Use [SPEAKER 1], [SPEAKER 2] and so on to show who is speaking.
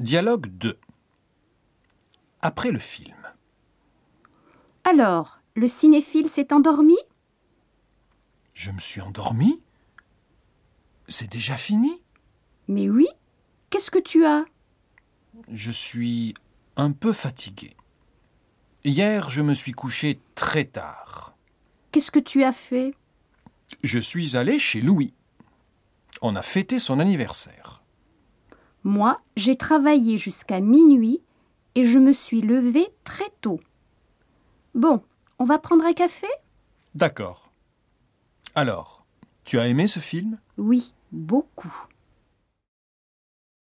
[SPEAKER 1] Dialogue 2 Après le film.
[SPEAKER 2] Alors, le cinéphile s'est endormi
[SPEAKER 1] Je me suis endormi C'est déjà fini
[SPEAKER 2] Mais oui. Qu'est-ce que tu as
[SPEAKER 1] Je suis un peu fatigué. Hier, je me suis couché très tard.
[SPEAKER 2] Qu'est-ce que tu as fait
[SPEAKER 1] Je suis allé chez Louis. On a fêté son anniversaire.
[SPEAKER 2] Moi, j'ai travaillé jusqu'à minuit et je me suis levée très tôt. Bon, on va prendre un café
[SPEAKER 1] D'accord. Alors, tu as aimé ce film
[SPEAKER 2] Oui, beaucoup.